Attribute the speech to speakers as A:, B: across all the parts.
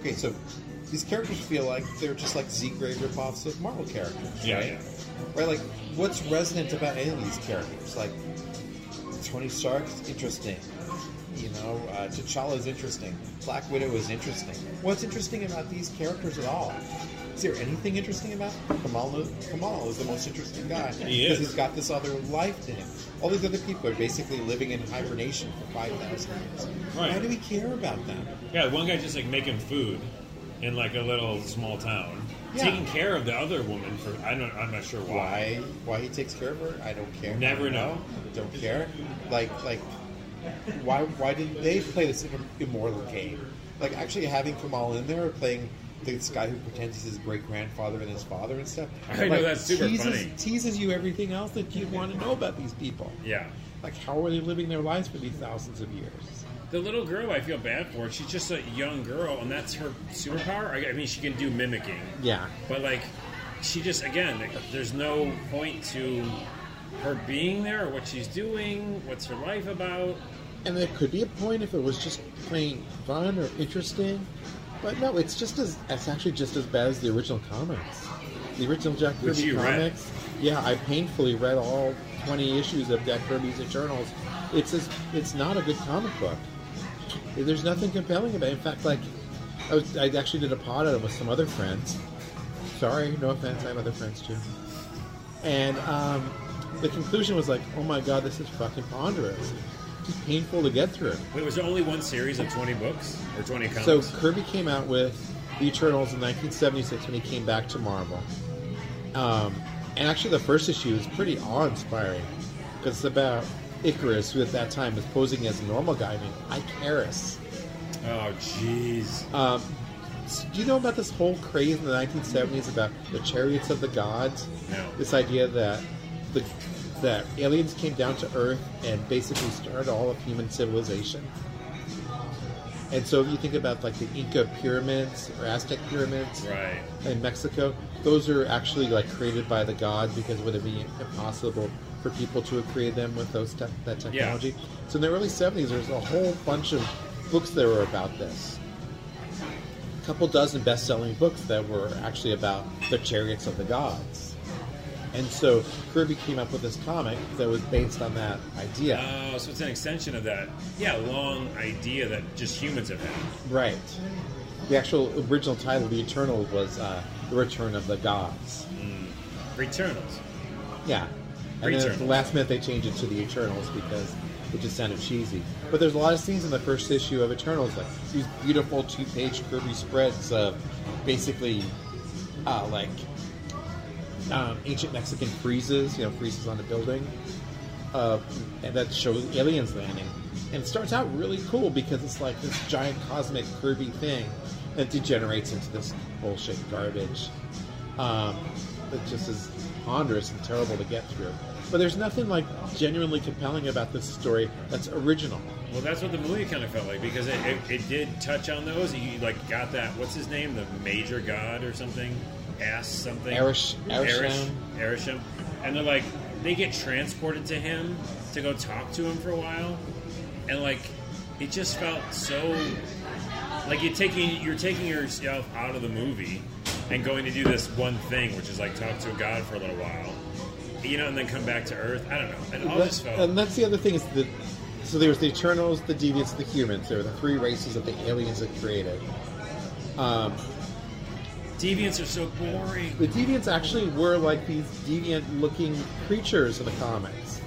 A: Okay, so these characters feel like they're just like Z grade ripoffs of Marvel characters.
B: Yeah,
A: right?
B: yeah.
A: Right, like what's resonant about any of these characters? Like Tony Stark's interesting. You know, uh, T'Challa's interesting. Black Widow is interesting. What's interesting about these characters at all? Is there anything interesting about them? Kamal? Kamal is the most interesting guy
B: He
A: because
B: is.
A: he's got this other life to him. All these other people are basically living in hibernation for five thousand years.
B: Right.
A: Why do we care about them?
B: Yeah, one guy just like making food in like a little small town,
A: Yeah.
B: taking care of the other woman for I don't I'm not sure why.
A: why why he takes care of her i don't care
B: Never
A: I
B: know.
A: don't care like like why why did they play this im- immortal game like actually having kamal in there playing this guy who pretends he's his great grandfather and his father and stuff
B: I know,
A: like,
B: that's super
A: teases,
B: funny.
A: teases you everything else that you want to know about these people
B: Yeah,
A: like how are they living their lives for these thousands of years
B: the little girl I feel bad for. She's just a young girl, and that's her superpower. I, I mean, she can do mimicking,
A: yeah
B: but like she just again, like, there's no point to her being there or what she's doing, what's her life about.
A: and there could be a point if it was just plain fun or interesting but no it's just as it's actually just as bad as the original comics the original jack
B: Which
A: kirby
B: you read.
A: comics yeah i painfully read all 20 issues of jack kirby's eternals it's as, it's not a good comic book there's nothing compelling about it in fact like i, was, I actually did a pod on it with some other friends sorry no offense i have other friends too and um, the conclusion was like, oh my god, this is fucking ponderous. It's painful to get through.
B: Wait, was there only one series of 20 books or 20
A: So
B: comics?
A: Kirby came out with The Eternals in 1976 when he came back to Marvel. Um, and actually, the first issue is pretty awe-inspiring because it's about Icarus, who at that time was posing as a normal guy named Icarus.
B: oh, jeez.
A: Um, s- do you know about this whole craze in the 1970s about the chariots of the gods?
B: No.
A: This idea that the that aliens came down to Earth and basically started all of human civilization. And so, if you think about like the Inca pyramids or Aztec pyramids
B: Right.
A: in Mexico, those are actually like created by the gods because would it be impossible for people to have created them with those tech that technology? So in the early '70s, there's a whole bunch of books that were about this. A couple dozen best-selling books that were actually about the chariots of the gods. And so Kirby came up with this comic that was based on that idea.
B: Oh, so it's an extension of that, yeah, long idea that just humans have had.
A: Right. The actual original title, The Eternal, was uh, The Return of the Gods.
B: Returnals.
A: Yeah. And then at the
B: Returnal.
A: last minute they changed it to the Eternals because it just sounded cheesy. But there's a lot of scenes in the first issue of Eternals, like these beautiful two-page Kirby spreads of basically uh, like um, ancient Mexican friezes, you know, friezes on a building, uh, and that shows aliens landing. And it starts out really cool because it's like this giant cosmic Kirby thing that degenerates into this bullshit garbage. Um, it just is ponderous and terrible to get through. But there's nothing like genuinely compelling about this story that's original.
B: Well, that's what the movie kind of felt like because it, it, it did touch on those. You like got that. What's his name? The major god or something? Ass something.
A: Arish- Arisham.
B: Arish- Arisham. And they're like they get transported to him to go talk to him for a while, and like it just felt so like you're taking you're taking yourself out of the movie and going to do this one thing, which is like talk to a god for a little while. You know, and then come back to Earth. I don't know. It all
A: That's-
B: just felt.
A: and that's the other thing is that so there was the Eternals, the Deviants, the Humans. There were the three races that the aliens had created. Um,
B: Deviants are so boring.
A: The deviants actually were like these deviant-looking creatures in the comics.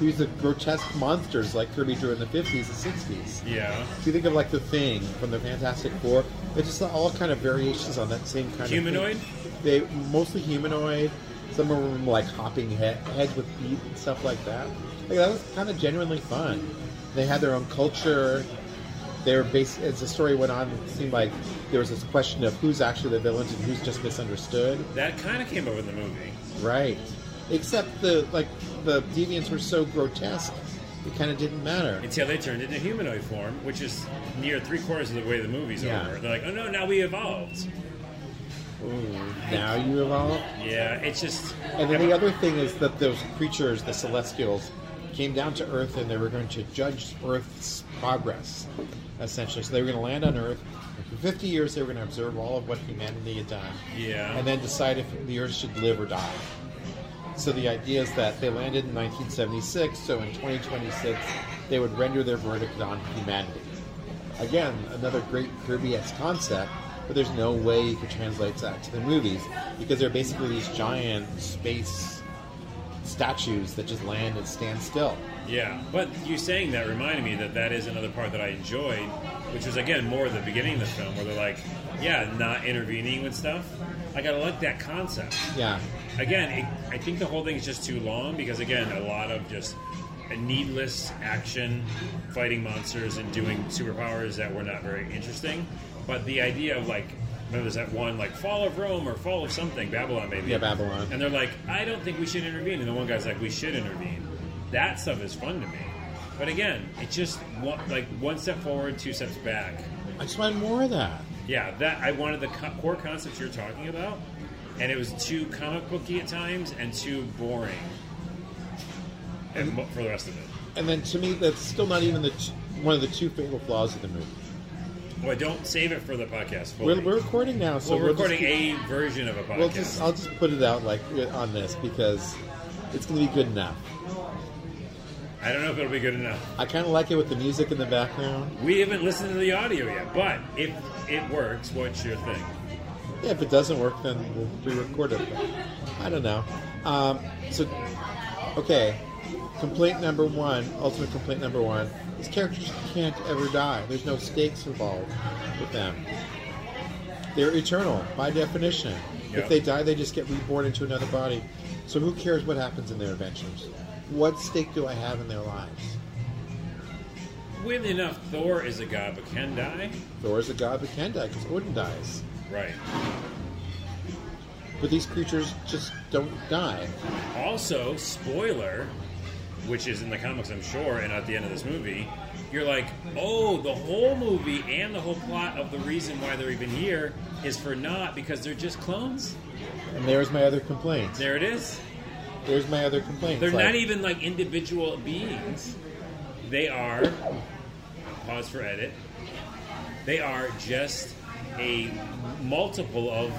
A: These are grotesque monsters like Kirby drew in the 50s and 60s.
B: Yeah.
A: If you think of like the Thing from the Fantastic Four, it's just all kind of variations on that same kind
B: Humanoid?
A: of humanoid. They mostly humanoid. Some of them were, like hopping head, heads with feet and stuff like that. Like that was kind of genuinely fun. They had their own culture. They were based as the story went on. It seemed like there was this question of who's actually the villains and who's just misunderstood.
B: That kind of came over in the movie.
A: Right. Except the like the deviants were so grotesque, it kind of didn't matter.
B: Until they turned into humanoid form, which is near three quarters of the way the movie's
A: Yeah.
B: over. They're like, oh no, now we evolved.
A: Ooh, now you evolve.
B: Yeah, it's just.
A: And then the other thing is that those creatures, the Celestials, came down to Earth and they were going to judge Earth's progress. essentially. So they were going to land on Earth. For 50 years, they were going to observe all of what humanity had done,
B: Yeah.
A: and then decide if the Earth should live or die. So the idea is that they landed in 1976. So in 2026, they would render their verdict on humanity. Again, another great Kirby-esque concept, but there's no way you could translate that to the movies because they're basically these giant space statues that just land and stand still.
B: Yeah, but you saying that reminded me that that is another part that I enjoyed, which was again more the beginning of the film where they're like, yeah, not intervening with stuff. Like I like that concept.
A: Yeah,
B: Again, it, I think the whole thing is just too long because again, a lot of just a needless action, fighting monsters and doing superpowers that were not very interesting. But the idea of like. Remember, there's that one like fall of Rome or fall of something, Babylon maybe.
A: Yeah, Babylon.
B: And they're like, I don't think we should intervene. And the one guy's like, we should intervene. That stuff is fun to me. But again, it's just one, like one step forward, two steps back.
A: I just wanted more of that.
B: Yeah, that I wanted the co- core concepts you're talking about, and it was too comic booky at times and too boring. And mo- for the rest of it,
A: And then to me, that's still not even the t- one of the two fatal flaws of the movie.
B: well, don't save it for the podcast. fully.
A: We're, we're recording now, so
B: Well, we're
A: we'll just
B: recording
A: keep-
B: a version of a podcast.
A: We'll just I'll just put it out like on this because it's going to be good enough.
B: I don't know if it'll be good enough.
A: I kind of like it with the music in the background.
B: We haven't listened to the audio yet, but if it works, what's your thing?
A: Yeah, if it doesn't work, then we'll re-record it. I don't know. Um, so, okay, complaint number one, ultimate complaint number one: these characters can't ever die. There's no stakes involved with them. They're eternal by definition.
B: Yeah.
A: If they die, they just get reborn into another body. So who cares what happens in their adventures? What stake do I have in their lives?
B: Weirdly enough, Thor is a god but can die.
A: Thor is a god but can die because Odin dies.
B: Right.
A: But these creatures just don't die.
B: Also, spoiler, which is in the comics, I'm sure, and at the end of this movie, you're like, oh, the whole movie and the whole plot of the reason why they're even here is for not because they're just clones.
A: And there's my other complaint.
B: There it is.
A: There's my other complaint.
B: They're
A: Like,
B: not e- even like individual beings. They are. Pause for edit. They are just a multiple of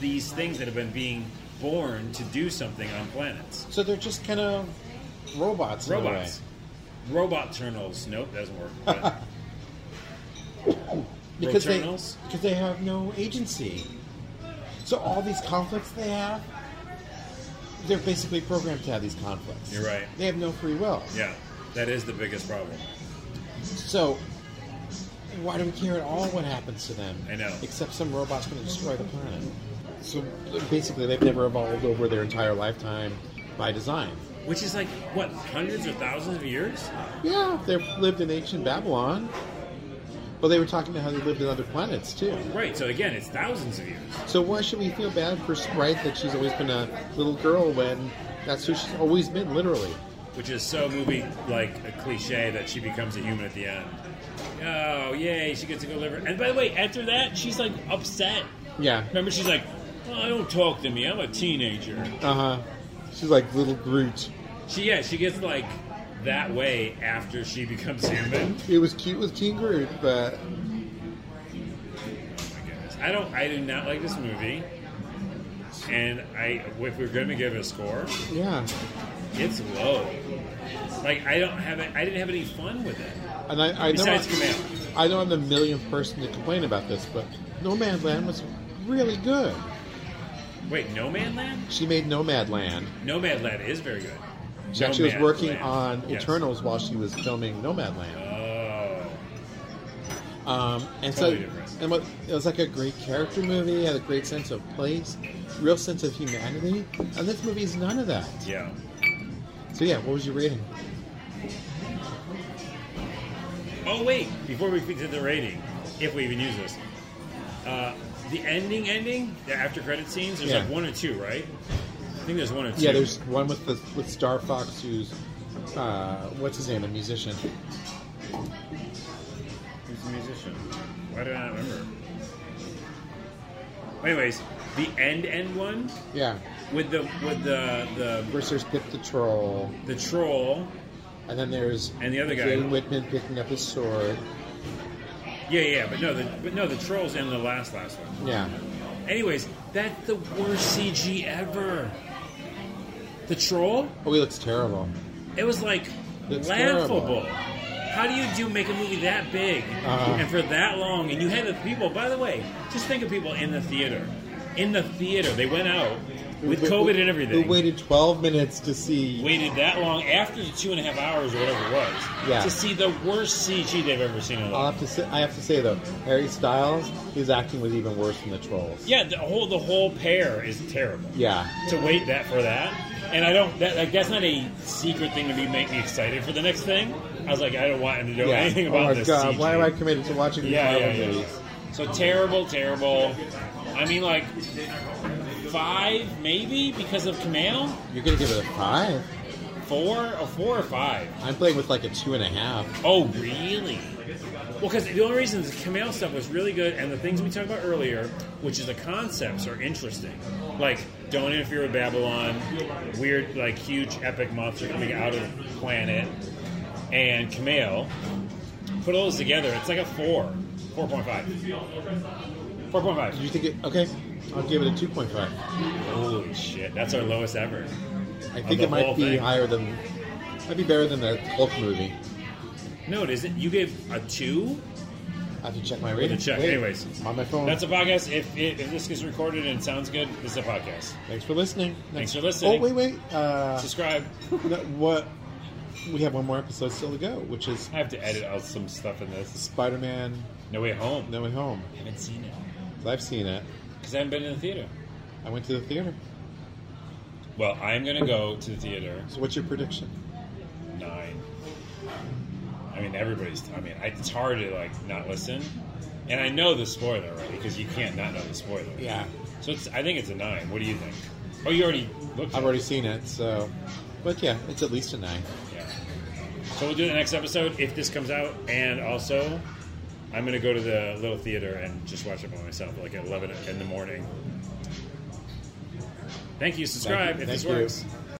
B: these things that have been being born to do something on planets.
A: So they're just kind of robots. in a
B: Robots. Robot turtles. Nope, doesn't work. But
A: way. because they
B: Returnals?
A: because they have no agency. So all these conflicts they have, they're basically programmed to have these conflicts.
B: You're right.
A: They have no free will.
B: yeah, that is the biggest problem.
A: So why do we care at all what happens to them?
B: I know.
A: Except some robot's going to destroy the planet. So basically, they've never evolved over their entire lifetime by design.
B: Which is like what hundreds or thousands of years?
A: Yeah, they lived in ancient Babylon. Well, they were talking about how they lived in other planets too.
B: Right. So again, it's thousands of years.
A: So why should we feel bad for Sprite that she's always been a little girl when that's who she's always been, literally?
B: Which is so movie like a cliche that she becomes a human at the end. Oh yay, she gets to go live her. And by the way, after that, she's like upset.
A: Yeah.
B: Remember, she's like, oh, "Don't talk to me. I'm a teenager."
A: Uh huh. She's like little Groot.
B: She yeah, she gets like that way after she becomes human.
A: It was cute with King Groot, but
B: my goodness. I don't. I do not like this movie. And I, if we're going to give it a score,
A: yeah.
B: it's low. Like I don't have. it- I didn't have any fun with it.
A: And I, I know
B: Besides Command.
A: I know I'm the millionth person to complain about this, but No Man's Land was really good.
B: Wait, No Man Land.
A: She made Nomad Land.
B: Nomad Land is very good.
A: She actually was
B: Nomadland,
A: working on
B: yes.
A: Eternals while she was filming Nomad Land.
B: Oh,
A: Um, and
B: Totally
A: so,
B: different.
A: and what, it was like a great character movie, had a great sense of place, real sense of humanity. And this movie is none of that.
B: yeah.
A: So yeah, what was your rating?
B: Oh wait, before we get to the rating, if we even use this, uh, the ending, ending, the after credit scenes. There's
A: Yeah.
B: like one or two, right? I think there's one or two.
A: Yeah, there's one with the with Star Fox, who's uh, what's his name, a musician.
B: Who's the musician? Why do I not remember? Anyways, the end end one
A: Yeah,
B: with the with the the
A: first there's Pip the Troll,
B: the troll.
A: and then there's
B: And the other guy.
A: Jane Whitman picking up his sword.
B: Yeah, yeah, but no, the but no, the trolls in the last last one.
A: Yeah.
B: Anyways, that's the worst CG ever. The troll,
A: Oh, he looks terrible.
B: it was like
A: It's
B: laughable.
A: terrible.
B: How do you do make a movie that big
A: Uh-huh.
B: and for that long? And you had the people. By the way, just think of people in the theater. In the theater, they went out with
A: Who-
B: COVID
A: who-
B: and everything.
A: Who waited 12 minutes to see.
B: waited that long after the two and a half hours or whatever it was
A: Yeah. Uh,
B: to see the worst CG they've ever seen in
A: I'll
B: life.
A: have to say, I have to say though, Harry Styles, his acting was even worse than the trolls.
B: Yeah, the whole the whole pair is terrible.
A: Yeah.
B: To wait that for that, and I don't that like that's not a secret thing to be make me excited for the next thing. I was like, I don't want to know
A: Yeah.
B: anything
A: oh
B: about
A: my
B: this.
A: god,
B: CG.
A: why am I committed to watching these
B: Yeah,
A: Marvel
B: yeah, yeah.
A: movies?
B: So terrible, terrible. I mean, like five maybe because of Kamau.
A: You're gonna give it a five?
B: Four or four or five.
A: I'm playing with like a two and a half.
B: Oh, really? Well, because the only reason the Kamel stuff was really good, and the things we talked about earlier, which is the concepts, are interesting. Like, don't interfere with Babylon, weird, like, huge epic monster coming out of the planet, and Kamel. Put all those together, it's like a 4, 4.5. 4.5.
A: Did you think it? Okay, I'll give it a two point five.
B: Holy shit, that's our lowest ever.
A: I think
B: the
A: it might
B: whole
A: be
B: thing.
A: higher than. Might be better than the Hulk movie.
B: No, it isn't. You gave a 2?
A: I have to check my rating.
B: to check.
A: Wait,
B: Anyways.
A: on my phone.
B: That's a podcast. If, if, if this gets recorded and sounds good, this is a podcast.
A: Thanks for listening.
B: Thanks for
A: Oh
B: listening.
A: wait, wait. Uh,
B: Subscribe.
A: no, what? We have one more episode still to go, which is
B: I have to edit out some stuff in this.
A: Spider-Man:
B: No Way Home.
A: No Way Home.
B: I haven't seen it
A: 'Cause I've seen it.
B: because I haven't been in the theater.
A: I went to the theater.
B: Well, I'm gonna go to the theater
A: So what's your prediction?
B: nine. I mean, everybody's. I mean, I- it's hard to like not listen, and I know the spoiler right because you can't not know the spoiler.
A: Yeah,
B: So it's. I think it's a nine. What do you think? Oh, you already looked.
A: I've
B: at
A: already seen it, so. But yeah, it's at least a nine.
B: it. Yeah. So we'll do the next episode if this comes out, and also. I'm gonna go to the little theater and just watch it by myself, like at 11 in the morning. Thank you. Subscribe
A: Thank you.
B: if this
A: Thank you.
B: works.